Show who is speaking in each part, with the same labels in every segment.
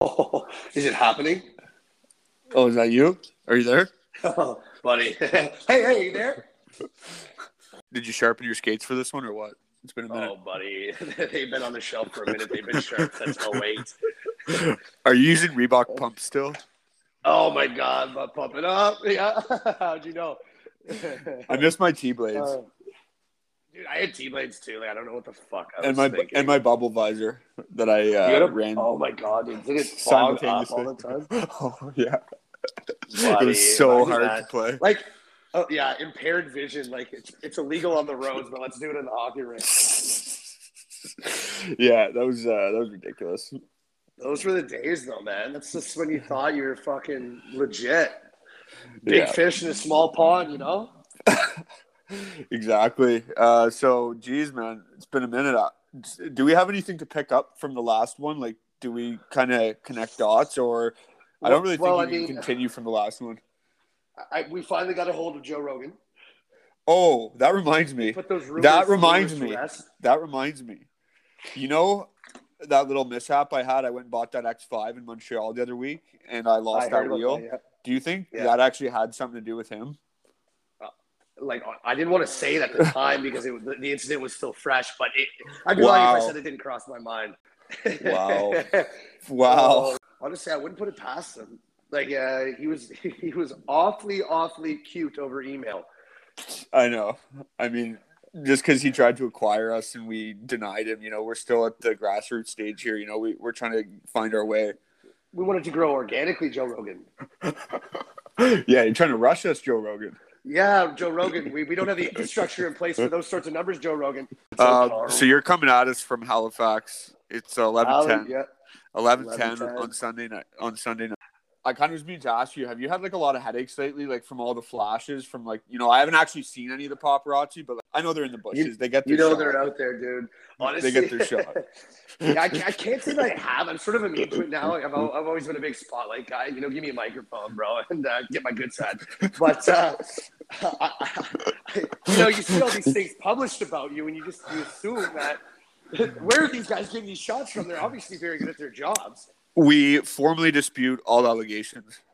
Speaker 1: Oh, is it happening?
Speaker 2: Oh, is that you? Are you there?
Speaker 1: Oh, buddy. hey, hey, you there?
Speaker 2: Did you sharpen your skates for this one or what? It's been a minute.
Speaker 1: Oh, buddy. They've been on the shelf for a minute. They've been sharp since 08.
Speaker 2: Are you using Reebok pumps still?
Speaker 1: Oh, my God. I'm pumping up. Yeah. How'd you know? Oh.
Speaker 2: I miss my T blades
Speaker 1: Uh, dude, I had T blades too. Like, I don't know what the fuck I
Speaker 2: and
Speaker 1: was
Speaker 2: my
Speaker 1: thinking.
Speaker 2: and my bubble visor that I
Speaker 1: You had
Speaker 2: uh,
Speaker 1: a-
Speaker 2: ran.
Speaker 1: Oh, my God. Dude, did it fog up
Speaker 2: simultaneously.
Speaker 1: all the time?
Speaker 2: Oh yeah, it
Speaker 1: Buddy,
Speaker 2: was so
Speaker 1: imagine
Speaker 2: hard
Speaker 1: that.
Speaker 2: to play.
Speaker 1: Like, oh, yeah, impaired vision. Like, it's, it's illegal on the roads, but let's do it in the hockey rink.
Speaker 2: yeah, that was uh, that was ridiculous.
Speaker 1: Those were the days, though, man. That's just when you thought you were fucking legit. Big
Speaker 2: Yeah,
Speaker 1: fish in a small pond, you know?
Speaker 2: exactly. Uh, so, geez, man, it's been a minute. Uh, Do we have anything to pick up from the last one? Like, do we kind of connect dots, or I don't really think
Speaker 1: Well,
Speaker 2: we
Speaker 1: I
Speaker 2: can
Speaker 1: mean-
Speaker 2: continue from the last one.
Speaker 1: I, we finally got a hold of Joe Rogan.
Speaker 2: Oh, that reminds me.
Speaker 1: Put those rumors,
Speaker 2: That reminds
Speaker 1: rumors to
Speaker 2: me.
Speaker 1: rest.
Speaker 2: That reminds me. You know that little mishap I had? I went and bought that X5 in Montreal the other week and I lost
Speaker 1: I heard
Speaker 2: that
Speaker 1: about
Speaker 2: wheel.
Speaker 1: that, yeah.
Speaker 2: Do you think
Speaker 1: Yeah.
Speaker 2: that actually had something to do with him?
Speaker 1: Like I didn't want to say it at the time because it, was- the, the incident was still fresh, but it, I'd be lying if I
Speaker 2: Wow.
Speaker 1: said it didn't cross my mind.
Speaker 2: Wow.
Speaker 1: Oh,
Speaker 2: Wow.
Speaker 1: honestly, I wouldn't put it past him. Like uh, he was, he was awfully, awfully cute over email.
Speaker 2: I know. I mean, just because he tried to acquire us and we denied him, you know, we're still at the grassroots stage here. You know, we, we're trying to find our way.
Speaker 1: We wanted to grow organically, Joe Rogan.
Speaker 2: yeah, you're trying to rush us, Joe Rogan.
Speaker 1: Yeah, Joe Rogan. We, we don't have the infrastructure in place for those sorts of numbers, Joe Rogan.
Speaker 2: Uh, so you're coming at us from Halifax. It's 11:10.
Speaker 1: yeah.
Speaker 2: Eleven
Speaker 1: 11:10.
Speaker 2: ten on Sunday night. On Sunday night, I kind of was meaning to ask you: Have you had like a lot of headaches lately, like from all the flashes? From like you know, I haven't actually seen any of the paparazzi, but like, I know they're in the bushes. they get their
Speaker 1: You know
Speaker 2: shot.
Speaker 1: they're out there, dude. Honestly,
Speaker 2: They get their shot.
Speaker 1: yeah, I, ca- I can't say that I have. I'm sort of immune to it now. I've, al- I've always been a big spotlight guy. You know, give me a microphone, bro, and uh, get my good side. But uh, I, I, you know, you see all these things published about you, and you just you assume that where are these guys getting these shots from? They're obviously very good at their jobs.
Speaker 2: We formally dispute all allegations.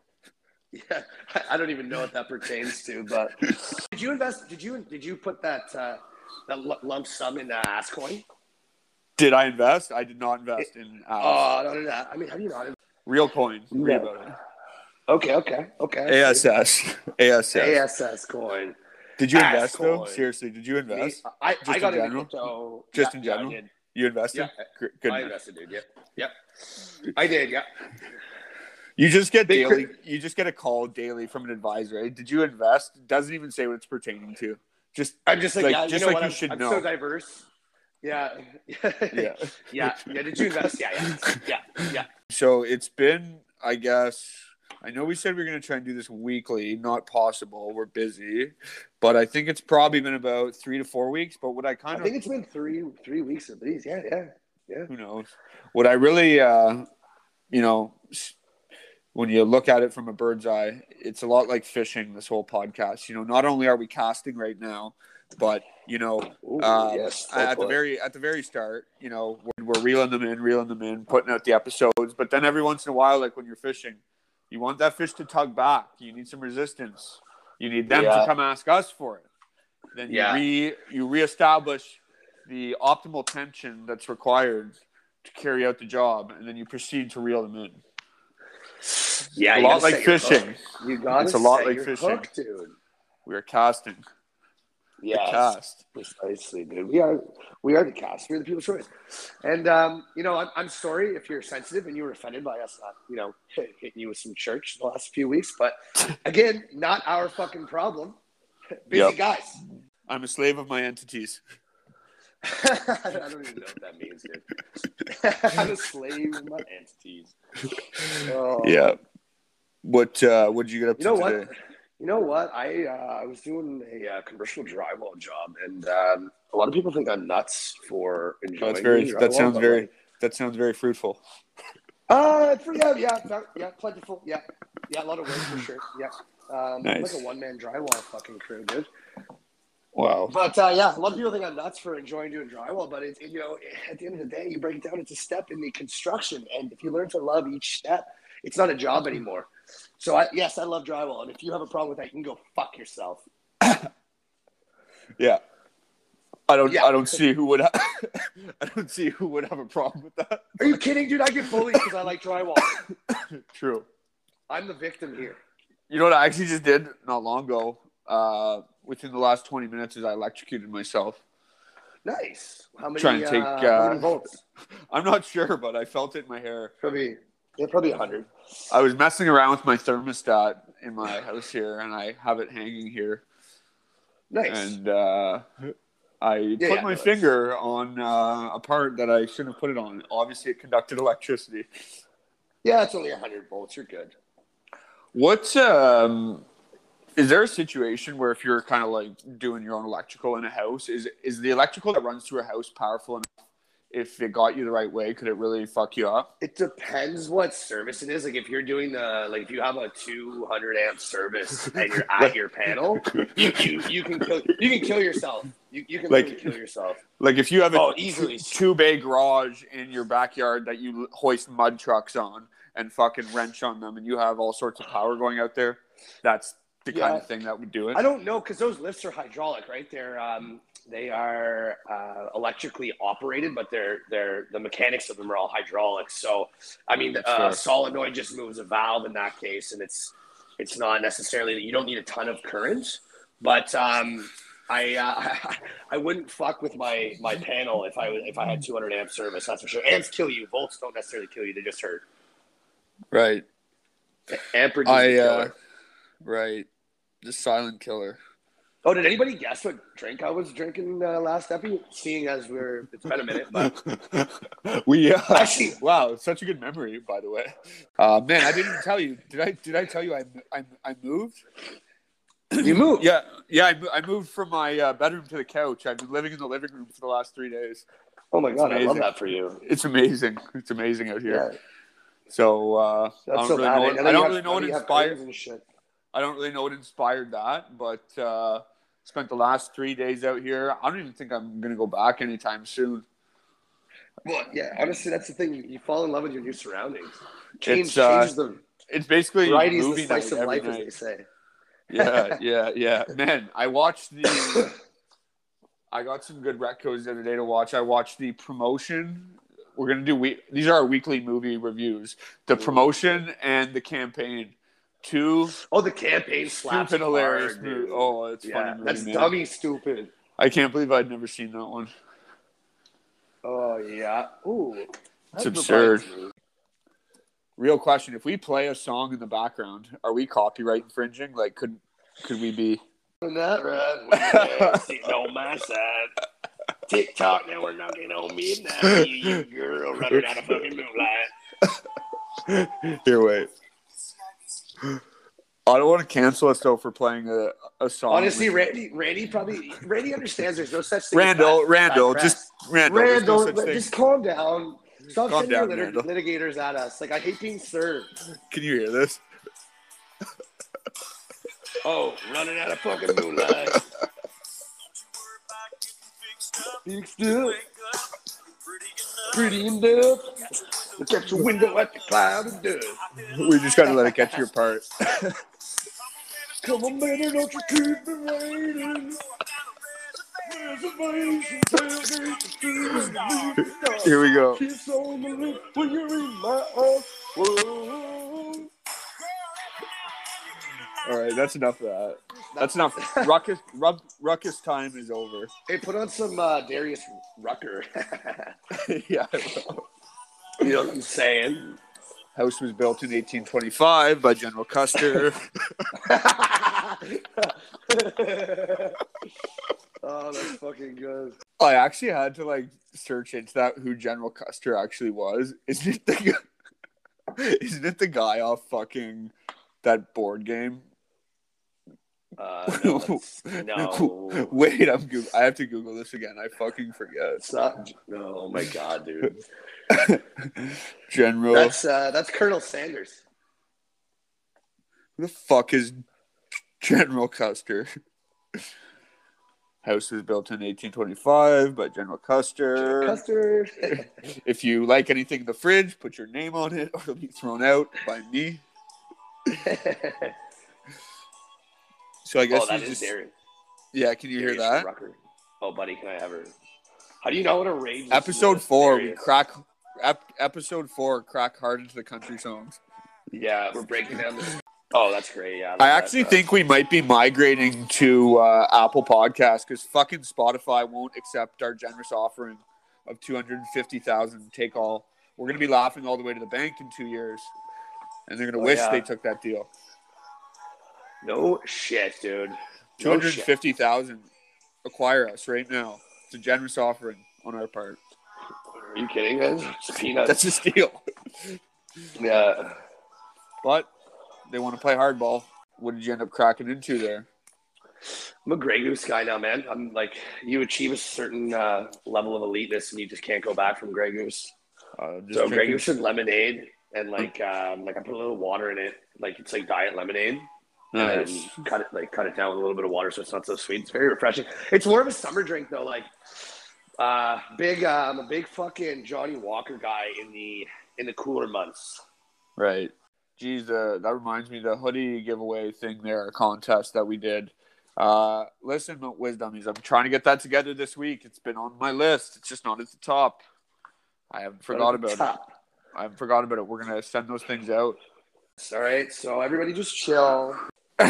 Speaker 1: Yeah, I, I don't even know what that pertains to. But did you invest? Did you did you put that uh, that lu- lump sum in uh, Ascoin?
Speaker 2: Did I invest? I did not invest in uh,
Speaker 1: Oh, no, no, no. I mean, how do you not? invest?
Speaker 2: real coin. Read about it.
Speaker 1: Okay, okay, okay.
Speaker 2: ASS. ASS.
Speaker 1: ASS coin.
Speaker 2: Did you
Speaker 1: Ass
Speaker 2: invest though?
Speaker 1: coin.
Speaker 2: Seriously, did you
Speaker 1: Me-
Speaker 2: invest?
Speaker 1: I,
Speaker 2: Just
Speaker 1: I
Speaker 2: in
Speaker 1: got into
Speaker 2: general?
Speaker 1: crypto.
Speaker 2: Just
Speaker 1: Yeah,
Speaker 2: in
Speaker 1: yeah,
Speaker 2: general?
Speaker 1: I did.
Speaker 2: You invested.
Speaker 1: Yeah.
Speaker 2: Gr- Good.
Speaker 1: I
Speaker 2: man.
Speaker 1: invested, dude. Yep. Yep. I did. Yeah.
Speaker 2: You just get
Speaker 1: Big
Speaker 2: daily. You just get a call daily from an advisor. Hey, did you invest? Doesn't even say what it's pertaining to. Just
Speaker 1: I'm just like,
Speaker 2: Like,
Speaker 1: yeah, you
Speaker 2: just
Speaker 1: know
Speaker 2: like
Speaker 1: what?
Speaker 2: you
Speaker 1: I'm,
Speaker 2: should
Speaker 1: I'm
Speaker 2: know.
Speaker 1: so diverse. yeah.
Speaker 2: yeah.
Speaker 1: Yeah. Yeah. Did you invest? Yeah. Yeah. Yeah. Yeah.
Speaker 2: So it's been, I guess. I know we said we are going to try and do this weekly. Not possible. We're busy, but I think it's probably been about three to four weeks. But what I
Speaker 1: I
Speaker 2: kind of
Speaker 1: think it's been three three weeks at least. Yeah. Yeah.
Speaker 2: who knows what I really, uh, you know, s- when you look at it from a bird's eye, it's a lot like fishing. This whole podcast, you know, not only are we casting right now, but you know,
Speaker 1: Ooh,
Speaker 2: Um,
Speaker 1: yes.
Speaker 2: at at the
Speaker 1: Fuck.
Speaker 2: very at the very start, you know, we're, we're reeling them in, reeling them in, putting out the episodes. But then every once in a while, like when you're fishing, you want that fish to tug back. You need some resistance. You need them
Speaker 1: Yeah.
Speaker 2: to come ask us for it. Then you
Speaker 1: Yeah.
Speaker 2: re you reestablish the optimal tension that's required to carry out the job, and then you proceed to reel them in.
Speaker 1: yeah.
Speaker 2: a
Speaker 1: you
Speaker 2: lot
Speaker 1: gotta
Speaker 2: like
Speaker 1: set your hook.
Speaker 2: fishing.
Speaker 1: You got
Speaker 2: It's a lot like
Speaker 1: your
Speaker 2: fishing.
Speaker 1: hook, dude.
Speaker 2: We are casting. The
Speaker 1: Yeah.
Speaker 2: cast.
Speaker 1: Precisely, dude. We are we are the cast. We're the people's choice. And um, you know, I'm, I'm sorry if you're sensitive and you were offended by us not, you know, hitting you with some church the last few weeks. But again, not our fucking problem. Busy
Speaker 2: Yep.
Speaker 1: guys.
Speaker 2: I'm a slave of my entities.
Speaker 1: I don't even know what that means, dude. I'm a slave of my entities. Oh.
Speaker 2: Yeah. What uh, what did you get up
Speaker 1: You
Speaker 2: to
Speaker 1: know
Speaker 2: today?
Speaker 1: what? You know what? I uh, I was doing a uh, commercial drywall job, and um, a lot of people think I'm nuts for enjoying.
Speaker 2: Oh, That's very.
Speaker 1: doing
Speaker 2: That
Speaker 1: drywall,
Speaker 2: sounds
Speaker 1: but,
Speaker 2: very.
Speaker 1: like,
Speaker 2: That sounds very fruitful.
Speaker 1: Uh, for yeah, yeah, no, yeah, plentiful, yeah, yeah, a lot of work for sure, yeah. Um,
Speaker 2: Nice.
Speaker 1: like a one man drywall fucking crew, dude.
Speaker 2: Wow.
Speaker 1: But uh, yeah, a lot of people think I'm nuts for enjoying doing drywall, but it's you know at the end of the day, you break it down. It's a step in the construction, and if you learn to love each step, it's not a job anymore. So I, yes, I love drywall, and if you have a problem with that, you can go fuck yourself.
Speaker 2: Yeah. I don't.
Speaker 1: Yeah.
Speaker 2: I don't see who would. Ha- I don't see who would have a problem with that.
Speaker 1: Are you kidding, dude? I get bullied because I like drywall.
Speaker 2: True.
Speaker 1: I'm the victim here.
Speaker 2: You know what I actually just did not long ago. Uh, within the last twenty minutes, is I electrocuted myself.
Speaker 1: Nice. How many?
Speaker 2: Trying to take,
Speaker 1: uh, how many
Speaker 2: uh,
Speaker 1: volts?
Speaker 2: I'm not sure, but I felt it in my hair.
Speaker 1: Probably. Yeah, probably hundred.
Speaker 2: I was messing around with my thermostat in my house here, and I have it hanging here.
Speaker 1: Nice.
Speaker 2: And uh, I
Speaker 1: Yeah,
Speaker 2: put
Speaker 1: yeah,
Speaker 2: my
Speaker 1: nice.
Speaker 2: finger on uh, a part that I shouldn't have put it on. Obviously, it conducted electricity.
Speaker 1: yeah, it's only hundred volts. You're good.
Speaker 2: What's um, is there a situation where if you're kind of like doing your own electrical in a house, is is the electrical that runs through a house powerful enough? If it got you the right way, could it really fuck you up?
Speaker 1: It depends what service it is. Like if you're doing the like if you have a 200 amp service and you're at your panel, you, you, you can kill you can kill yourself. You, you can
Speaker 2: Like-
Speaker 1: literally kill yourself.
Speaker 2: Like if you have a
Speaker 1: Oh, easily.
Speaker 2: two bay garage in your backyard that you hoist mud trucks on and fucking wrench on them, and you have all sorts of power going out there, that's the kind
Speaker 1: Yeah.
Speaker 2: of thing that would do it.
Speaker 1: I don't know because those lifts are hydraulic, right? They're um, they are uh, electrically operated, but they're they're the mechanics of them are all hydraulic. So, I mean,
Speaker 2: Mm,
Speaker 1: uh,
Speaker 2: sure.
Speaker 1: solenoid just moves a valve in that case, and it's it's not necessarily that you don't need a ton of current, but um, I uh, I wouldn't fuck with my my panel if I was if I had 200 amp service. That's for sure. Amps kill you. Volts don't necessarily kill you. They just hurt.
Speaker 2: Right.
Speaker 1: Amperage. is
Speaker 2: I
Speaker 1: the
Speaker 2: uh,
Speaker 1: killer.
Speaker 2: right. The silent killer.
Speaker 1: Oh, did anybody guess what drink I was drinking uh, last episode? Seeing as we're, it's been a minute, but
Speaker 2: we uh,
Speaker 1: Actually-
Speaker 2: wow, it's such a good memory, by the way. Uh, man, I didn't even tell you. Did I? Did I tell you I I, I moved?
Speaker 1: you moved.
Speaker 2: Yeah, yeah. I, mo- I moved from my uh, bedroom to the couch. I've been living in the living room for the last three days.
Speaker 1: Oh my god, I love
Speaker 2: amazing.
Speaker 1: that for you.
Speaker 2: It's amazing. It's amazing out here. So uh, I
Speaker 1: that's
Speaker 2: don't
Speaker 1: so
Speaker 2: really
Speaker 1: bad.
Speaker 2: know.
Speaker 1: And then you
Speaker 2: What, I don't
Speaker 1: have-
Speaker 2: really know
Speaker 1: then
Speaker 2: what
Speaker 1: you have
Speaker 2: inspired.
Speaker 1: earrings and shit.
Speaker 2: I don't really know what inspired that, but uh, spent the last three days out here. I don't even think I'm gonna go back anytime soon.
Speaker 1: Well, yeah. Honestly, that's the thing. You, you fall in love with your new surroundings. Change
Speaker 2: It's, uh,
Speaker 1: changes the
Speaker 2: It's basically
Speaker 1: variety is the
Speaker 2: movie
Speaker 1: spice
Speaker 2: night
Speaker 1: of
Speaker 2: every
Speaker 1: life, as
Speaker 2: night.
Speaker 1: they say.
Speaker 2: yeah, yeah, yeah. Man, I watched the. I got some good recos the other day to watch. I watched the promotion. We're gonna do we. These are our weekly movie reviews. The promotion and the campaign. Two
Speaker 1: Oh, the campaign slaps.
Speaker 2: stupid, hilarious.
Speaker 1: hard,
Speaker 2: movies.
Speaker 1: dude.
Speaker 2: Oh, it's
Speaker 1: yeah,
Speaker 2: funny.
Speaker 1: that's
Speaker 2: movie, man.
Speaker 1: dummy stupid.
Speaker 2: I can't believe I'd never seen that one.
Speaker 1: Oh yeah. Ooh.
Speaker 2: It's
Speaker 1: that
Speaker 2: absurd.
Speaker 1: reminds me.
Speaker 2: Real question: If we play a song in the background, are we copyright infringing? Like, could could we be?
Speaker 1: Isn't that right? Sitting on my side. TikTok now we're knocking on midnight. You, you girl running out of fucking moonlight.
Speaker 2: Here, wait. I don't want to cancel us though for playing a, a song.
Speaker 1: Honestly, Randy, Randy probably Randy understands. There's no such thing. as
Speaker 2: Randall,
Speaker 1: bad-
Speaker 2: Randall,
Speaker 1: bad
Speaker 2: just Randall. there's no
Speaker 1: Randall,
Speaker 2: such
Speaker 1: let-
Speaker 2: thing.
Speaker 1: just calm down. Stop
Speaker 2: Calm
Speaker 1: sending
Speaker 2: down,
Speaker 1: your lit-
Speaker 2: Randall.
Speaker 1: litigators at us. Like I hate being served.
Speaker 2: Can you hear this?
Speaker 1: Oh, running out of fucking moonlight. Fixed up, pretty enough. Look at your window at the cloud of dust.
Speaker 2: We just gotta let it get to your part.
Speaker 1: Come on, baby, don't you keep me waiting. Reservations, tailgates, food, movie stars.
Speaker 2: Here we go.
Speaker 1: Kiss on the lip when you're in my arms. Whoa.
Speaker 2: All right, that's enough of that. That's enough. Ruckus, rub, ruckus time is over.
Speaker 1: Hey, put on some uh, Darius Rucker.
Speaker 2: yeah.
Speaker 1: you know what I'm saying?
Speaker 2: House was built in 1825 by General Custer.
Speaker 1: oh, that's fucking good.
Speaker 2: I actually had to like search into that who General Custer actually was. Isn't it the guy, isn't it the guy off fucking that board game?
Speaker 1: Uh, no, it's- no.
Speaker 2: Wait, I'm Goog- I have to Google this again. I fucking forget.
Speaker 1: It's not. No, oh my god, dude.
Speaker 2: General,
Speaker 1: That's uh, that's Colonel Sanders.
Speaker 2: who the fuck is General Custer? House was built in 1825 by General Custer.
Speaker 1: Custer.
Speaker 2: If you like anything in the fridge, put your name on it or it'll be thrown out by me. So I guess
Speaker 1: oh, that
Speaker 2: you
Speaker 1: is
Speaker 2: just,
Speaker 1: Darius.
Speaker 2: yeah. Can you hear
Speaker 1: Darius
Speaker 2: that?
Speaker 1: Rucker. Oh, buddy, can I ever? How do you know what a rage?
Speaker 2: Episode four, we
Speaker 1: Darius?
Speaker 2: crack. Ep- episode four, crack hard into the country songs.
Speaker 1: Yeah, we're breaking down this. Oh, that's great. Yeah,
Speaker 2: I
Speaker 1: that-
Speaker 2: actually
Speaker 1: that-
Speaker 2: think we might be migrating to uh, Apple Podcast because fucking Spotify won't accept our generous offering of two hundred and fifty thousand. Take all. We're gonna be laughing all the way to the bank in two years, and they're gonna
Speaker 1: Oh,
Speaker 2: wish
Speaker 1: yeah.
Speaker 2: they took that deal.
Speaker 1: no shit, dude. No
Speaker 2: Two hundred
Speaker 1: shit.
Speaker 2: fifty thousand. Acquire us right now. It's a generous offering on our part.
Speaker 1: Are you kidding, man? It's peanuts.
Speaker 2: That's a steal.
Speaker 1: yeah.
Speaker 2: But they want to play hardball. What did you end up cracking into there?
Speaker 1: I'm a Grey Goose guy now, man. I'm like, you achieve a certain uh, level of eliteness, and you just can't go back from Grey Goose.
Speaker 2: Uh, just
Speaker 1: So Grey
Speaker 2: drinking- Hmm.
Speaker 1: Goose is lemonade, and like, um, like I put a little water in it. Like it's like diet lemonade.
Speaker 2: Nice.
Speaker 1: and cut it like cut it down with a little bit of water so it's not so sweet. It's very refreshing. It's more of a summer drink though. Like uh big uh, I'm a big fucking Johnny Walker guy in the in the cooler months.
Speaker 2: Right. Geez, uh, that reminds me of the hoodie giveaway thing there, contest that we did. Uh, listen, Wiz Dummies, I'm trying to get that together this week. It's been on my list. It's just not at the top. I haven't forgot about it.
Speaker 1: Top.
Speaker 2: I haven't forgot about it. We're gonna send those things out.
Speaker 1: All right, so everybody just chill.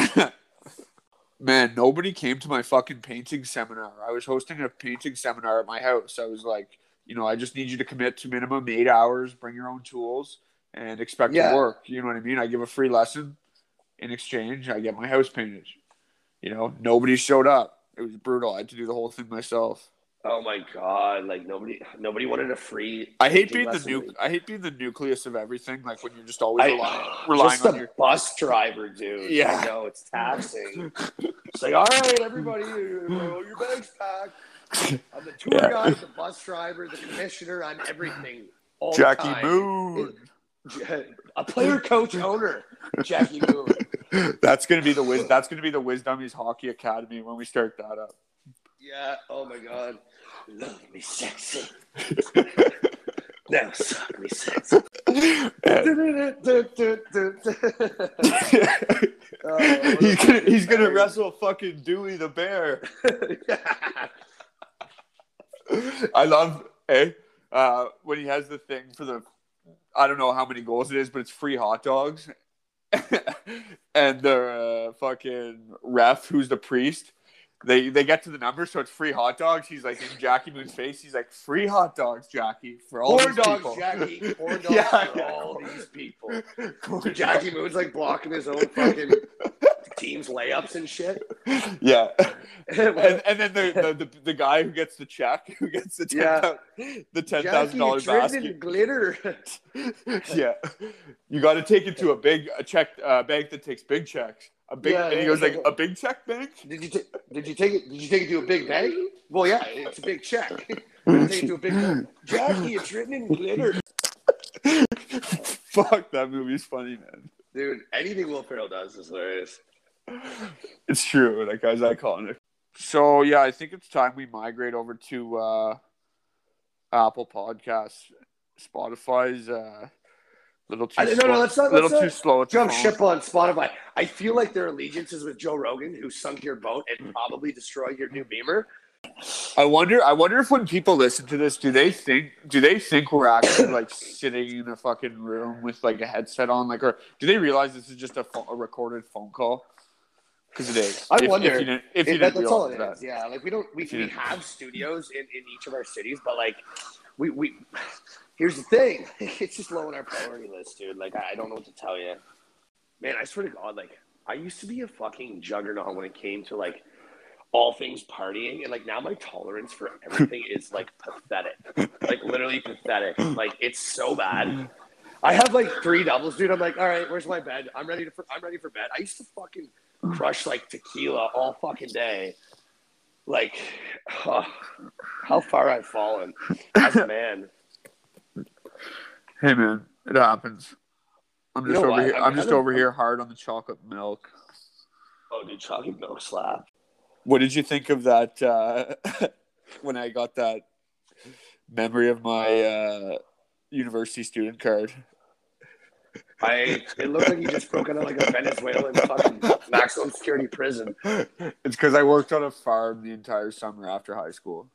Speaker 2: Man, nobody came to my fucking painting seminar. I was hosting a painting seminar at my house. I was like, you know, I just need you to commit to minimum eight hours, bring your own tools, and expect
Speaker 1: Yeah.
Speaker 2: to work. You know what I mean? I give a free lesson. In exchange, I get my house painted. You know, nobody showed up. It was brutal. I had to do the whole thing myself.
Speaker 1: Oh my god, like nobody nobody wanted a free
Speaker 2: I hate
Speaker 1: painting
Speaker 2: being the
Speaker 1: lesson.
Speaker 2: nu- I hate being the nucleus of everything. Like when you're just always relying,
Speaker 1: I,
Speaker 2: relying
Speaker 1: just
Speaker 2: on
Speaker 1: the
Speaker 2: your
Speaker 1: bus driver, dude.
Speaker 2: Yeah.
Speaker 1: I know it's taxing. It's like, all right, everybody, you know, your bags packed. I'm the tour
Speaker 2: Yeah.
Speaker 1: guide, the bus driver, the commissioner. I'm everything. All the
Speaker 2: Jackie
Speaker 1: time.
Speaker 2: Moon.
Speaker 1: A player, coach, owner, Jackie Moon.
Speaker 2: That's gonna be the wiz. That's gonna be the Wiz Dummies Hockey Academy when we start that up.
Speaker 1: Yeah. Oh my God. Love me sexy. now suck me sexy. Oh,
Speaker 2: he's gonna he's gonna
Speaker 1: sorry.
Speaker 2: wrestle fucking Dewey the Bear. I love eh uh, when he has the thing for the I don't know how many goals it is, but it's free hot dogs. and the uh, fucking ref, who's the priest, they they get to the number, so it's free hot dogs. He's like in Jackie Moon's face. He's like, "Free hot dogs, Jackie, for all
Speaker 1: Corn
Speaker 2: these
Speaker 1: dogs,
Speaker 2: people."
Speaker 1: Jackie. Corn dogs
Speaker 2: Yeah,
Speaker 1: for
Speaker 2: yeah.
Speaker 1: all these people.
Speaker 2: Corn
Speaker 1: Jackie Moon's like blocking his own fucking team's layups and shit.
Speaker 2: dogs. Yeah. and, and then the, the, the the guy who gets the check, who gets the ten
Speaker 1: Yeah.
Speaker 2: the ten thousand dollar basket.
Speaker 1: glitter.
Speaker 2: yeah, you got to take it to a big a check uh, bank that takes big checks. A big
Speaker 1: Yeah,
Speaker 2: and he
Speaker 1: yeah,
Speaker 2: goes like
Speaker 1: yeah.
Speaker 2: a big check bank.
Speaker 1: Did you ta- did you take it? Did you take it to a big bank? Well, yeah, it's a big check. take it to a big bank. Jackie, it's written in glitter,
Speaker 2: Fuck that movie's funny, man.
Speaker 1: dude. Anything Will Ferrell does is hilarious.
Speaker 2: It's true. That guy's iconic. So yeah, I think it's time we migrate over to uh, Apple Podcasts. Spotify's uh, little too
Speaker 1: I- no, no,
Speaker 2: slow-
Speaker 1: let's not-
Speaker 2: little
Speaker 1: let's
Speaker 2: too
Speaker 1: not
Speaker 2: slow. at the
Speaker 1: Jump
Speaker 2: phone.
Speaker 1: ship on Spotify. I feel like their allegiance is with Joe Rogan, who sunk your boat and probably destroyed your new Beamer.
Speaker 2: I wonder. I wonder if when people listen to this, do they think do they think we're actually like sitting in a fucking room with like a headset on, like, or do they realize this is just a, pho- a recorded phone call? Because it is.
Speaker 1: I
Speaker 2: If- if,
Speaker 1: wonder.
Speaker 2: you didn't, if you
Speaker 1: It- that-
Speaker 2: didn't
Speaker 1: that's all it
Speaker 2: realize
Speaker 1: is. Yeah, like we don't we,
Speaker 2: you
Speaker 1: we
Speaker 2: didn't-
Speaker 1: have studios in, in each of our cities, but like we we here's the thing, it's just low on our priority list, dude. Like I, I don't know what to tell you, man. I swear to God, like I used to be a fucking juggernaut when it came to like all things partying, and like now my tolerance for everything is like pathetic, like literally pathetic. Like it's so bad. I have like three doubles, dude. I'm like, all right, where's my bed? I'm ready to. For, I'm ready for bed. I used to fucking crush like tequila all fucking day. Like, oh, how far I've fallen as a man.
Speaker 2: Hey man, it happens. I'm
Speaker 1: You
Speaker 2: just
Speaker 1: know
Speaker 2: over
Speaker 1: what?
Speaker 2: here.
Speaker 1: I'm
Speaker 2: I'm just
Speaker 1: kinda-
Speaker 2: over here hard on the chocolate milk.
Speaker 1: Oh, dude, chocolate milk slap.
Speaker 2: What did you think of that uh, when I got that memory of my uh, university student card?
Speaker 1: I it looked like you just broke out of like a Venezuelan fucking maximum security prison.
Speaker 2: It's because I worked on a farm the entire summer after high school.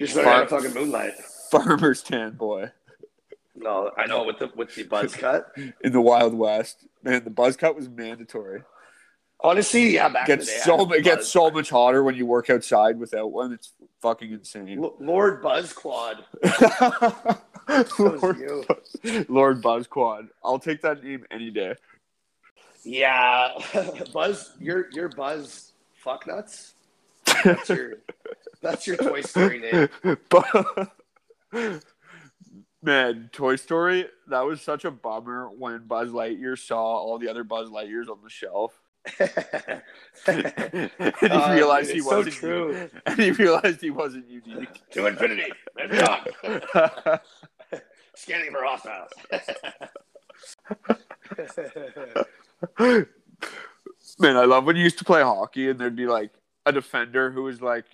Speaker 1: Just like out of fucking moonlight.
Speaker 2: Farmer's tan boy
Speaker 1: No, I know with the with the buzz cut.
Speaker 2: in the Wild West. Man, the buzz cut was mandatory.
Speaker 1: Honestly, yeah, back in the day,
Speaker 2: gets so
Speaker 1: I had
Speaker 2: it gets
Speaker 1: buzz.
Speaker 2: so much hotter when you work outside without one. It's fucking insane.
Speaker 1: L- Lord Buzzquad. That was
Speaker 2: Lord,
Speaker 1: you.
Speaker 2: Lord Buzz Quad. I'll take that name any day.
Speaker 1: Yeah, Buzz, you're you're Buzz fucknuts. That's your that's your Toy Story name.
Speaker 2: Bu- Man, Toy Story, that was such a bummer when Buzz Lightyear saw all the other Buzz Lightyears on the shelf. and he
Speaker 1: Uh,
Speaker 2: realized he
Speaker 1: it's so
Speaker 2: wasn't
Speaker 1: true.
Speaker 2: and he realized he wasn't unique.
Speaker 1: To infinity, and beyond. Scanning for hostiles.
Speaker 2: Man, I love when you used to play hockey and there'd be like a defender who was like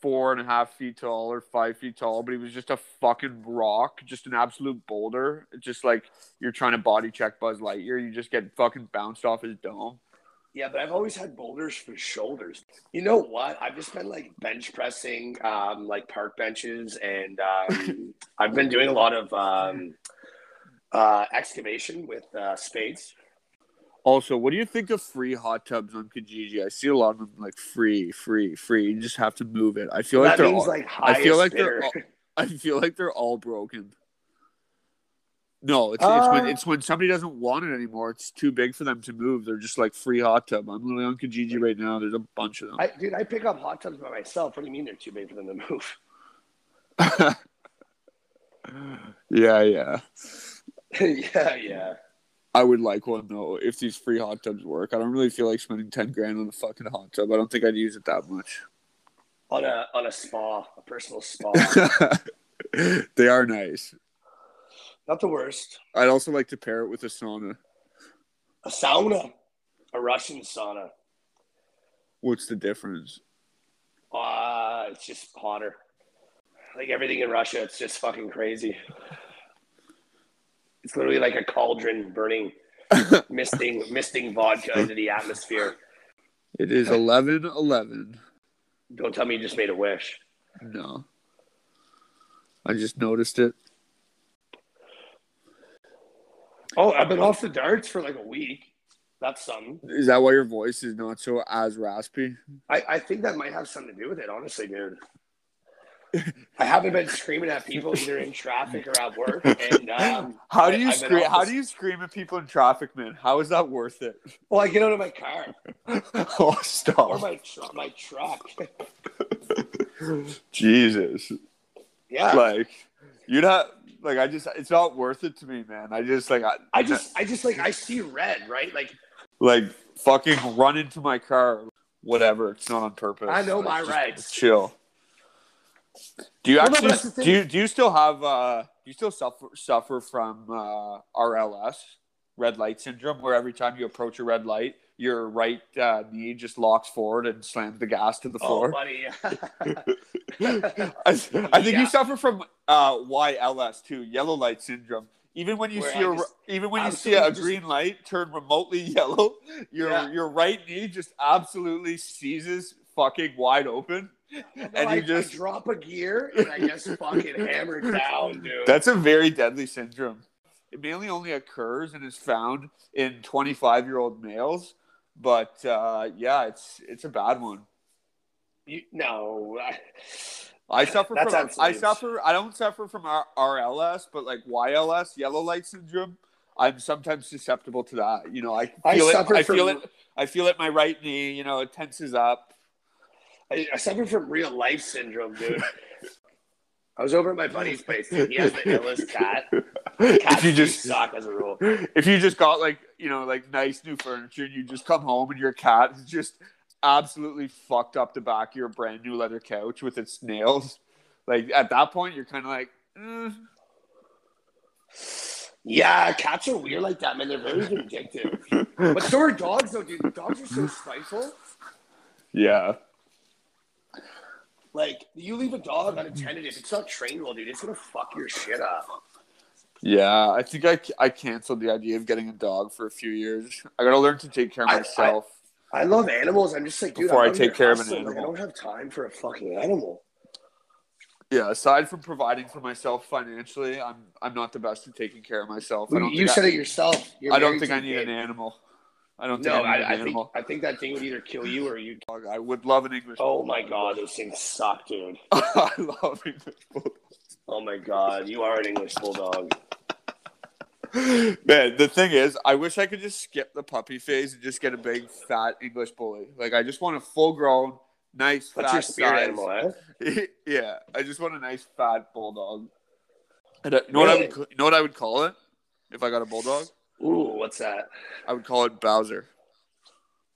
Speaker 2: four and a half feet tall or five feet tall, but he was just a fucking rock, just an absolute boulder. It's Just like you're trying to body check Buzz Lightyear, you just get fucking bounced off his dome.
Speaker 1: yeah, but I've always had boulders for shoulders. You know what? I've just been like bench pressing, um, like park benches, and um, I've been doing a lot of um, uh, excavation with uh, spades.
Speaker 2: Also, what do you think of free hot tubs on Kijiji? I see a lot of them like free, free, free. You just have to move it. I feel like
Speaker 1: That
Speaker 2: they're
Speaker 1: means
Speaker 2: all,
Speaker 1: like
Speaker 2: I feel
Speaker 1: highest
Speaker 2: like they're
Speaker 1: bidder.
Speaker 2: all- I feel like they're all broken. No, it's, it's
Speaker 1: Uh,
Speaker 2: when it's when somebody doesn't want it anymore. It's too big for them to move. They're just like free hot tub. I'm literally on Kijiji right now. There's a bunch of them.
Speaker 1: I, dude, I pick up hot tubs by myself. What do you mean they're too big for them to move?
Speaker 2: yeah, yeah.
Speaker 1: yeah, yeah.
Speaker 2: I would like one though if these free hot tubs work. I don't really feel like spending ten grand on a fucking hot tub. I don't think I'd use it that much.
Speaker 1: On a on a spa, a personal spa.
Speaker 2: they are nice.
Speaker 1: Not the worst.
Speaker 2: I'd also like to pair it with a sauna.
Speaker 1: A sauna, a Russian sauna.
Speaker 2: What's the difference?
Speaker 1: Ah, it's just hotter. Like everything in Russia, it's just fucking crazy. It's literally like a cauldron burning, misting, misting vodka into the atmosphere.
Speaker 2: It is eleven eleven.
Speaker 1: Don't tell me you just made a wish.
Speaker 2: No. I just noticed it.
Speaker 1: Oh, I've been off the darts for like a week. That's something.
Speaker 2: Is that why your voice is not so as raspy?
Speaker 1: I, I think that might have something to do with it, honestly, dude. I haven't been screaming at people either in traffic or at work. And um,
Speaker 2: How do
Speaker 1: I-
Speaker 2: you
Speaker 1: I've been
Speaker 2: scream?
Speaker 1: off
Speaker 2: How
Speaker 1: this-
Speaker 2: do you scream at people in traffic, man? How is that worth it?
Speaker 1: Well, I get out of my car
Speaker 2: oh,
Speaker 1: or
Speaker 2: stop!
Speaker 1: my tr- my truck.
Speaker 2: Jesus,
Speaker 1: yeah,
Speaker 2: like you're not like I just. It's not worth it to me, man. I just like I,
Speaker 1: I just I just like I see red, right? Like
Speaker 2: like fucking run into my car. Whatever. It's not on purpose.
Speaker 1: I know
Speaker 2: Like,
Speaker 1: my
Speaker 2: just
Speaker 1: rights.
Speaker 2: Chill. Do you
Speaker 1: Well, no, but
Speaker 2: actually
Speaker 1: that's the thing.
Speaker 2: do you do you still have uh do you still suffer suffer from uh RLS red light syndrome where every time you approach a red light your right uh, knee just locks forward and slams the gas to the
Speaker 1: Oh,
Speaker 2: floor.
Speaker 1: buddy.
Speaker 2: I, I think
Speaker 1: Yeah.
Speaker 2: you suffer from uh, YLS too, yellow light syndrome. Even when you
Speaker 1: Where
Speaker 2: see
Speaker 1: I
Speaker 2: a,
Speaker 1: just-
Speaker 2: even when you see
Speaker 1: absolutely
Speaker 2: a
Speaker 1: just-
Speaker 2: green light turn remotely yellow, your
Speaker 1: Yeah.
Speaker 2: your right knee just absolutely seizes fucking wide open.
Speaker 1: and
Speaker 2: you
Speaker 1: you
Speaker 2: just-
Speaker 1: just drop a gear and I just fucking hammer down, dude.
Speaker 2: That's a very deadly syndrome. It mainly only occurs and is found in 25 year old males, but uh, yeah, it's it's a bad one.
Speaker 1: you, no. I-
Speaker 2: I suffer
Speaker 1: That's
Speaker 2: from I
Speaker 1: absolute-
Speaker 2: suffer I don't suffer from R- RLS, but like YLS, yellow light syndrome. I'm sometimes susceptible to that. You know, I feel
Speaker 1: I
Speaker 2: it.
Speaker 1: suffer
Speaker 2: I
Speaker 1: from-
Speaker 2: feel it. I feel it. My right knee. You know, it tenses up.
Speaker 1: I, I suffer from real life syndrome, dude. I was over at my buddy's place. Dude. He has the illest cat. Cats
Speaker 2: if you
Speaker 1: do
Speaker 2: just
Speaker 1: suck as a rule.
Speaker 2: if you just got like you know like nice new furniture and you just come home and your cat is just absolutely fucked up the back of your brand new leather couch with its nails like at that point you're kind of like mm,
Speaker 1: Yeah, cats are weird like that, man. They're very vindictive. But so are dogs, though, dude. Dogs are so spiteful.
Speaker 2: Yeah.
Speaker 1: Like you leave a dog unattended if it's not trained well, dude, it's gonna fuck your shit up.
Speaker 2: Yeah, I think I, I canceled the idea of getting a dog for a few years. I gotta learn to take care of
Speaker 1: I- I-
Speaker 2: myself.
Speaker 1: I love animals. I'm just like, dude,
Speaker 2: Before
Speaker 1: I'm
Speaker 2: I
Speaker 1: out
Speaker 2: take
Speaker 1: here
Speaker 2: care of an
Speaker 1: hustling, like,
Speaker 2: animal.
Speaker 1: I don't have time for a fucking animal.
Speaker 2: yeah, aside from providing for myself financially, I'm I'm not the best at taking care of myself. I don't
Speaker 1: You
Speaker 2: think
Speaker 1: said
Speaker 2: I,
Speaker 1: it yourself. You're
Speaker 2: I don't
Speaker 1: married
Speaker 2: think
Speaker 1: to
Speaker 2: I
Speaker 1: a
Speaker 2: need
Speaker 1: kid.
Speaker 2: an animal. I don't think
Speaker 1: No,
Speaker 2: I need
Speaker 1: I, I
Speaker 2: an
Speaker 1: think
Speaker 2: animal.
Speaker 1: I think that thing would either kill you or you.
Speaker 2: Dog, I would love an English.
Speaker 1: Oh my god, those things suck, dude.
Speaker 2: I love English
Speaker 1: Oh my god, you are an English bulldog.
Speaker 2: bulldog. Man, the thing is, I wish I could just skip the puppy phase and just get a big fat English bully. Like I just want a full grown, nice
Speaker 1: That's
Speaker 2: fat
Speaker 1: your spirit
Speaker 2: size.
Speaker 1: animal, eh?
Speaker 2: yeah, I just want a nice fat bulldog. And, uh, you know what I would,
Speaker 1: Really?
Speaker 2: ca- you know what I would call it if I got a bulldog?
Speaker 1: Ooh, what's that?
Speaker 2: I would call it Bowser.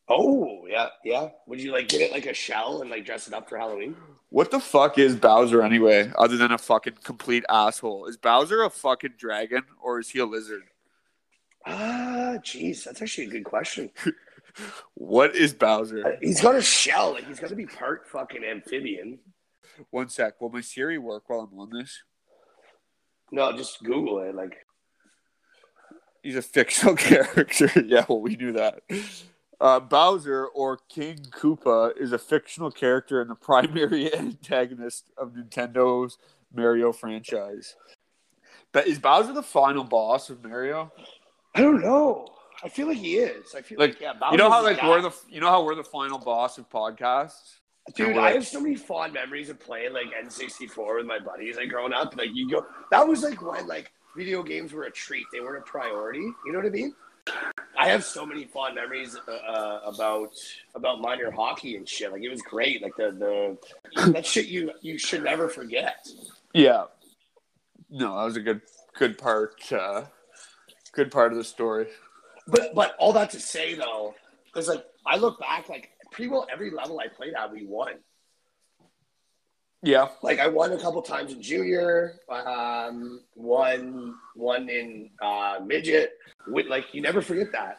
Speaker 1: Oh yeah, yeah. Would you like get it like a shell and like dress it up for Halloween?
Speaker 2: What the fuck is Bowser anyway, other than a fucking complete asshole? Is Bowser a fucking dragon or is he a lizard?
Speaker 1: Ah, jeez, that's actually a good question.
Speaker 2: What is
Speaker 1: Uh,
Speaker 2: Bowser?
Speaker 1: He's got a shell, like he's got to be part fucking amphibian.
Speaker 2: One sec. Will my Siri work while I'm on this?
Speaker 1: No, just Google it. Like,
Speaker 2: He's a fictional character. yeah, well, we knew that. Uh, Bowser or King Koopa is a fictional character and the primary antagonist of Nintendo's Mario franchise. But is Bowser the final boss of Mario?
Speaker 1: I don't know. I feel like he is. I feel like,
Speaker 2: Like,
Speaker 1: yeah.
Speaker 2: you know how
Speaker 1: Bowser's
Speaker 2: like we're
Speaker 1: guy.
Speaker 2: the you know how we're the final boss of podcasts.
Speaker 1: dude.
Speaker 2: we're
Speaker 1: I
Speaker 2: like-
Speaker 1: have so many fond memories of playing like N64 with my buddies. Like growing up, like you go. That was like when like video games were a treat. They weren't a priority. You know what I mean? I have so many fond memories uh, uh, about about minor hockey and shit. Like it was great. Like the the that shit you you should never forget.
Speaker 2: Yeah. No, that was a good good part. Uh, good part of the story.
Speaker 1: But but all that to say though, is like I look back like pretty well every level I played at we won.
Speaker 2: Yeah.
Speaker 1: Like I won a couple times in junior, um, one one in uh, midget. With, like you never forget that.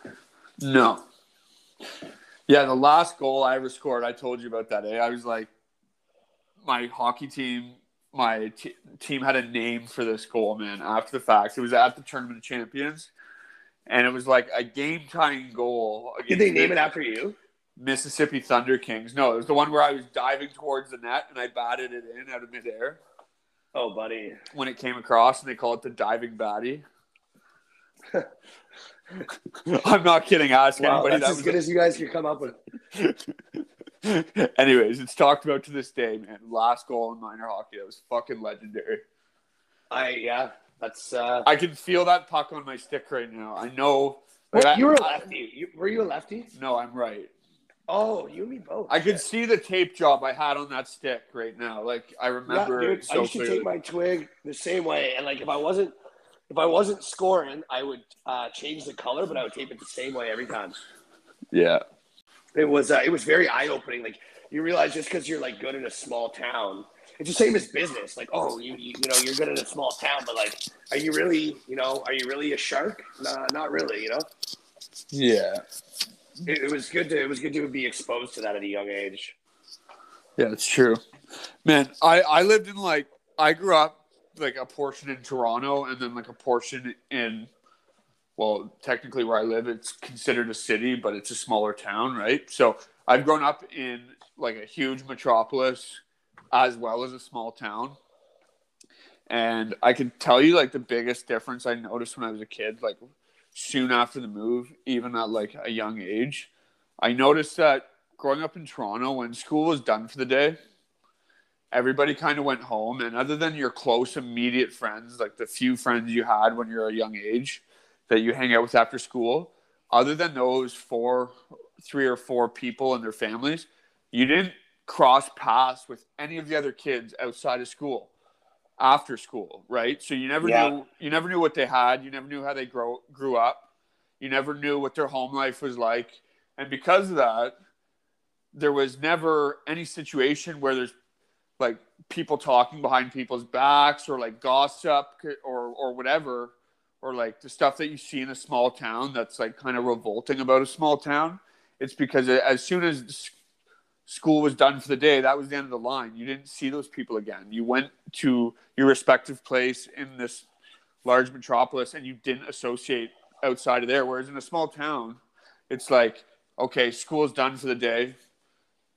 Speaker 2: No. Yeah, the last goal I ever scored, I told you about that. Eh? I was like, my hockey team, my t- team had a name for this goal, man. After the fact, it was at the tournament of champions, and it was like a game tying goal.
Speaker 1: Did they name it after you?
Speaker 2: Mississippi Thunder Kings? No, it was the one where I was diving towards the net and I batted it in out of midair
Speaker 1: Oh, buddy.
Speaker 2: when it came across, and they call it the diving batty. I'm not kidding. Ask
Speaker 1: Wow,
Speaker 2: anybody.
Speaker 1: that's
Speaker 2: that
Speaker 1: as
Speaker 2: was
Speaker 1: good as you guys could come up with.
Speaker 2: Anyways, it's talked about to this day, man. Last goal in minor hockey. That was fucking legendary.
Speaker 1: I yeah, that's. Uh,
Speaker 2: I can feel that puck on my stick right now. I know.
Speaker 1: what-
Speaker 2: I-
Speaker 1: you were a lefty. You, were you a lefty?
Speaker 2: no, I'm right.
Speaker 1: Oh, you and me both.
Speaker 2: I could see the tape job I had on that stick right now. Like I remember
Speaker 1: Yeah,
Speaker 2: it
Speaker 1: I
Speaker 2: so
Speaker 1: used to
Speaker 2: clearly.
Speaker 1: take my twig the same way, and like if I wasn't if I wasn't scoring, I would uh, change the color, but I would tape it the same way every time.
Speaker 2: yeah.
Speaker 1: It was uh, it was very eye opening. Like you realize just because you're like good in a small town, it's the same as business. Like oh, you you, you know you're good in a small town, but like are you really you know are you really a shark? Nah, not really. You know,
Speaker 2: Yeah.
Speaker 1: it, it was good to it was good to be exposed to that at a young age.
Speaker 2: Yeah, it's true. Man, I, I lived in like I grew up like a portion in Toronto and then like a portion in well, technically where I live it's considered a city, but it's a smaller town, right? So I've grown up in like a huge metropolis as well as a small town. And I could tell you like the biggest difference I noticed when I was a kid, like soon after the move, even at like a young age. I noticed that growing up in Toronto, when school was done for the day, everybody kind of went home. And other than your close, immediate friends, like the few friends you had when you're a young age that you hang out with after school, other than those four, three or four people and their families, you didn't cross paths with any of the other kids outside of school after school right so you never
Speaker 1: Yeah.
Speaker 2: knew you never knew what they had you never knew how they grow, grew up you never knew what their home life was like and because of that there was never any situation where there's like people talking behind people's backs or like gossip or or whatever or like the stuff that you see in a small town that's like kind of revolting about a small town it's because as soon as s- school was done for the day, that was the end of the line. You didn't see those people again. You went to your respective place in this large metropolis and you didn't associate outside of there. Whereas in a small town, it's like, okay, school's done for the day.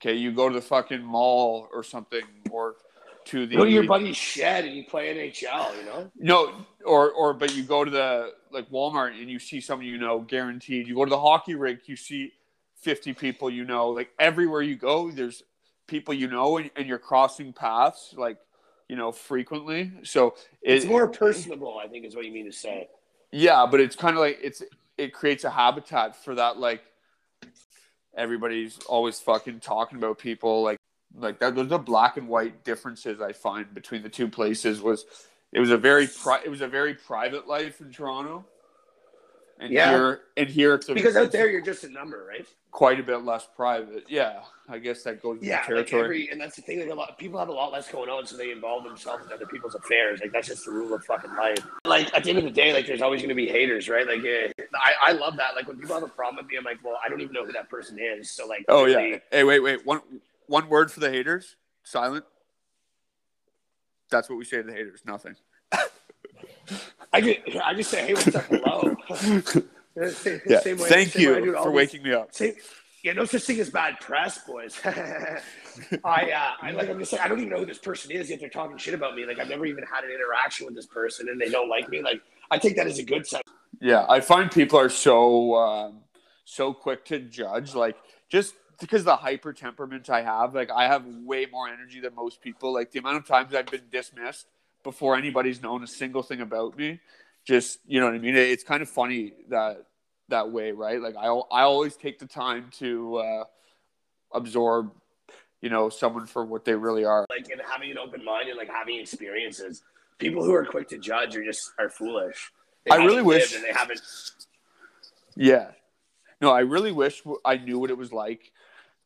Speaker 2: Okay, you go to the fucking mall or something or to the
Speaker 1: Go to your buddy's shed and you play NHL, you know?
Speaker 2: No, or or but you go to the like Walmart and you see someone you know, guaranteed. You go to the hockey rink, you see fifty people you know. Like everywhere you go, there's people you know, and, and you're crossing paths like you know frequently. So it,
Speaker 1: It's more personable, I think, is what you mean to say.
Speaker 2: yeah, but it's kind of like it's it creates a habitat for that like everybody's always fucking talking about people like like that those are the black and white differences I find between the two places was it was a very pri- it was a very private life in Toronto. And
Speaker 1: Yeah.
Speaker 2: here and here it's a,
Speaker 1: Because out
Speaker 2: it's
Speaker 1: there, you're just a number, right?
Speaker 2: quite a bit less private. Yeah, I guess that goes with
Speaker 1: Yeah,
Speaker 2: the
Speaker 1: like
Speaker 2: territory.
Speaker 1: every, and that's the thing. Like a lot, people have a lot less going on, so they involve themselves in other people's affairs. Like that's just the rule of fucking life. Like at the end of the day, like there's always going to be haters, right? Like eh, I, I love that. Like when people have a problem with me, I'm like, well, I don't even know who that person is. So like,
Speaker 2: oh yeah.
Speaker 1: really-
Speaker 2: Hey, wait, wait. One one word for the haters. Silent. That's what we say to the haters. Nothing.
Speaker 1: I just, I just say, hey, what's up, hello. same,
Speaker 2: Yeah.
Speaker 1: same way-
Speaker 2: Thank
Speaker 1: same way I do
Speaker 2: you
Speaker 1: to all
Speaker 2: for
Speaker 1: these-
Speaker 2: waking me up.
Speaker 1: Same, yeah, no such thing as bad press, boys. I, uh, I like, I'm just like, I don't even know who this person is yet they're talking shit about me. Like, I've never even had an interaction with this person, and they don't like me. Like, I take that as a good sign.
Speaker 2: Yeah, I find people are so um, so quick to judge, like just because the hyper temperament I have, like I have way more energy than most people. Like the amount of times I've been dismissed before anybody's known a single thing about me, just you know what I mean. It- It's kind of funny that that way, right? Like I al- I always take the time to uh, absorb, you know, someone for what they really are.
Speaker 1: Like, and having an open mind and like having experiences. People who are quick to judge are just are foolish. They
Speaker 2: I really
Speaker 1: haven't lived
Speaker 2: wish-
Speaker 1: and they haven't.
Speaker 2: Yeah. No, I really wish w- I knew what it was like.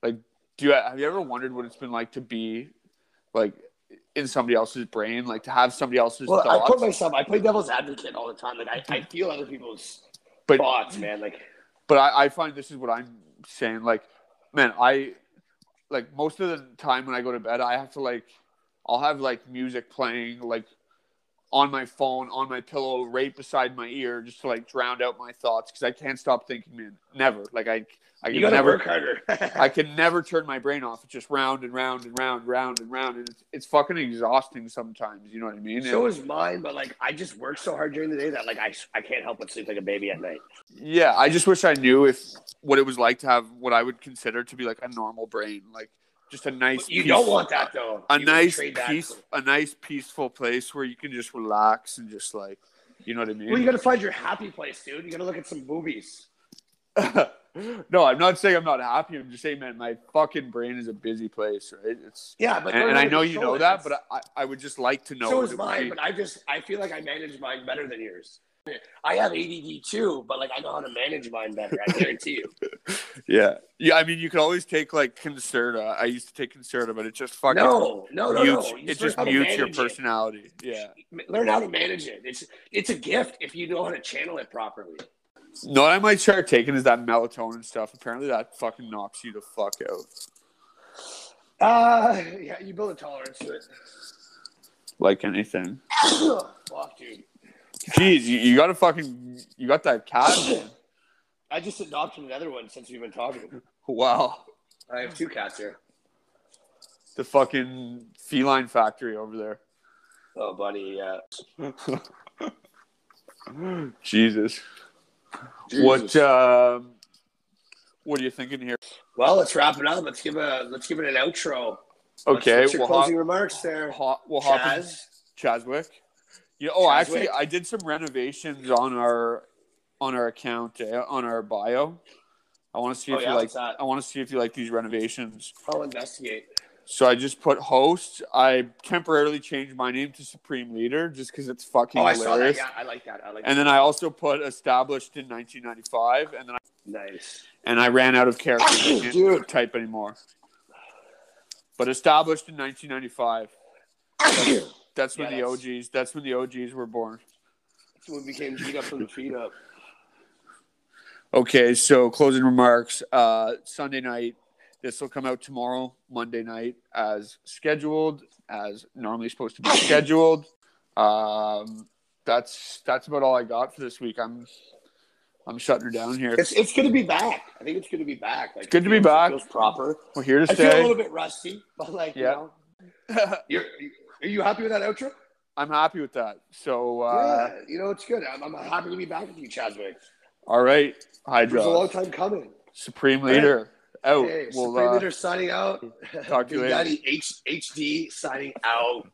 Speaker 2: Like, do you have you ever wondered what it's been like to be like in somebody else's brain, like to have somebody else's
Speaker 1: Well, I
Speaker 2: thoughts?
Speaker 1: put myself. I play devil's advocate all the time. Like, I, I feel other people's
Speaker 2: But-
Speaker 1: thoughts, man. Like,
Speaker 2: but I, I find this is what I'm saying. Like, man, I like most of the time when I go to bed, I have to like, I'll have like music playing like on my phone, on my pillow, right beside my ear, just to like drown out my thoughts because I can't stop thinking. Man, never. Like I, I
Speaker 1: you
Speaker 2: can
Speaker 1: gotta
Speaker 2: never.
Speaker 1: work harder.
Speaker 2: I can never turn my brain off. It's just round and round and round, round and round, and it's, it's fucking exhausting sometimes. You know what I mean?
Speaker 1: So is mine, but like I just work so hard during the day that like I, I can't help but sleep like a baby at night.
Speaker 2: yeah, I just wish I knew if what it was like to have what I would consider to be like a normal brain, like just a nice.
Speaker 1: You
Speaker 2: peace-
Speaker 1: don't want that though.
Speaker 2: A
Speaker 1: You wanna
Speaker 2: nice
Speaker 1: trade that
Speaker 2: peace,
Speaker 1: for-
Speaker 2: a nice peaceful place where you can just relax and just like, you know what I mean?
Speaker 1: Well, you gotta find your happy place, dude. You gotta look at some movies.
Speaker 2: no, I'm not saying I'm not happy. I'm just saying, man, my fucking brain is a busy place, right? It's
Speaker 1: Yeah, but
Speaker 2: and,
Speaker 1: learn
Speaker 2: and
Speaker 1: how
Speaker 2: I
Speaker 1: to
Speaker 2: know you
Speaker 1: control
Speaker 2: know
Speaker 1: it.
Speaker 2: that,
Speaker 1: That's-
Speaker 2: but I, I would just like to know.
Speaker 1: so
Speaker 2: what
Speaker 1: is
Speaker 2: it would
Speaker 1: mine.
Speaker 2: be.
Speaker 1: But I just I feel like I manage mine better than yours. I have ADD too, but like I know how to manage mine better. I guarantee you.
Speaker 2: Yeah. Yeah. I mean, you could always take like Concerta. I used to take Concerta, but it just fucking
Speaker 1: No, no, no,
Speaker 2: mutes,
Speaker 1: no. You
Speaker 2: it
Speaker 1: learn
Speaker 2: just
Speaker 1: how to
Speaker 2: mutes your
Speaker 1: manage it.
Speaker 2: personality. Yeah.
Speaker 1: Learn how to manage it. It's it's a gift if you know how to channel it properly.
Speaker 2: No, what I might start taking is that melatonin stuff. Apparently, that fucking knocks you the fuck out.
Speaker 1: Uh, yeah, you build a tolerance to it.
Speaker 2: Like anything.
Speaker 1: Fuck, dude.
Speaker 2: Jeez, you, you got to fucking, you got that cat. man.
Speaker 1: I just adopted another one since we've been talking.
Speaker 2: wow.
Speaker 1: I have two cats here.
Speaker 2: The fucking feline factory over there.
Speaker 1: Oh, buddy. Yeah.
Speaker 2: Jesus. What, um, what are you thinking here?
Speaker 1: Well, let's wrap it up. Let's give a let's give it an outro. What's-
Speaker 2: Okay,
Speaker 1: What's your
Speaker 2: we'll hop,
Speaker 1: closing remarks there,
Speaker 2: hop, we'll hop in-
Speaker 1: Chaz?
Speaker 2: Chadwick. Yeah. Oh,
Speaker 1: Chaswick.
Speaker 2: actually, I did some renovations on our on our account eh, on our bio. I want to see
Speaker 1: Oh,
Speaker 2: if
Speaker 1: yeah,
Speaker 2: you like.
Speaker 1: what's that?
Speaker 2: I want to see if you like these renovations.
Speaker 1: I'll investigate.
Speaker 2: So I just put host. I temporarily changed my name to Supreme Leader just because it's fucking
Speaker 1: Oh, I saw that.
Speaker 2: hilarious.
Speaker 1: Yeah, I like that. I like
Speaker 2: And then I also put established in 1995, and then I,
Speaker 1: that. Nice.
Speaker 2: and I ran out of characters. I can't
Speaker 1: Dude.
Speaker 2: type anymore. But established in 1995. That's when
Speaker 1: Yeah,
Speaker 2: the
Speaker 1: that's-
Speaker 2: OGs. That's when the OGs were born.
Speaker 1: That's when we became G up from the feet up.
Speaker 2: Okay, so closing remarks. Uh, Sunday night This will come out tomorrow, Monday night, as scheduled, as normally supposed to be scheduled. Um, that's that's about all I got for this week. I'm I'm shutting her down here.
Speaker 1: It's, it's going to be back. I think it's going to be back. Like,
Speaker 2: It's good to be back.
Speaker 1: Feels proper.
Speaker 2: We're here to
Speaker 1: I feel a
Speaker 2: stay.
Speaker 1: little bit rusty, but like,
Speaker 2: Yeah.
Speaker 1: you know, you're, are you happy with that outro?
Speaker 2: I'm happy with that. So, uh,
Speaker 1: yeah, you know, it's good. I'm, I'm happy to be back with you, Chadwick.
Speaker 2: all right,
Speaker 1: It was a long
Speaker 2: Hydra,
Speaker 1: time coming.
Speaker 2: Supreme Leader, out.
Speaker 1: Hey,
Speaker 2: Oh, we'll
Speaker 1: Supreme
Speaker 2: uh,
Speaker 1: Leader signing out.
Speaker 2: talk to you
Speaker 1: Big
Speaker 2: later.
Speaker 1: Daddy H- HD signing out.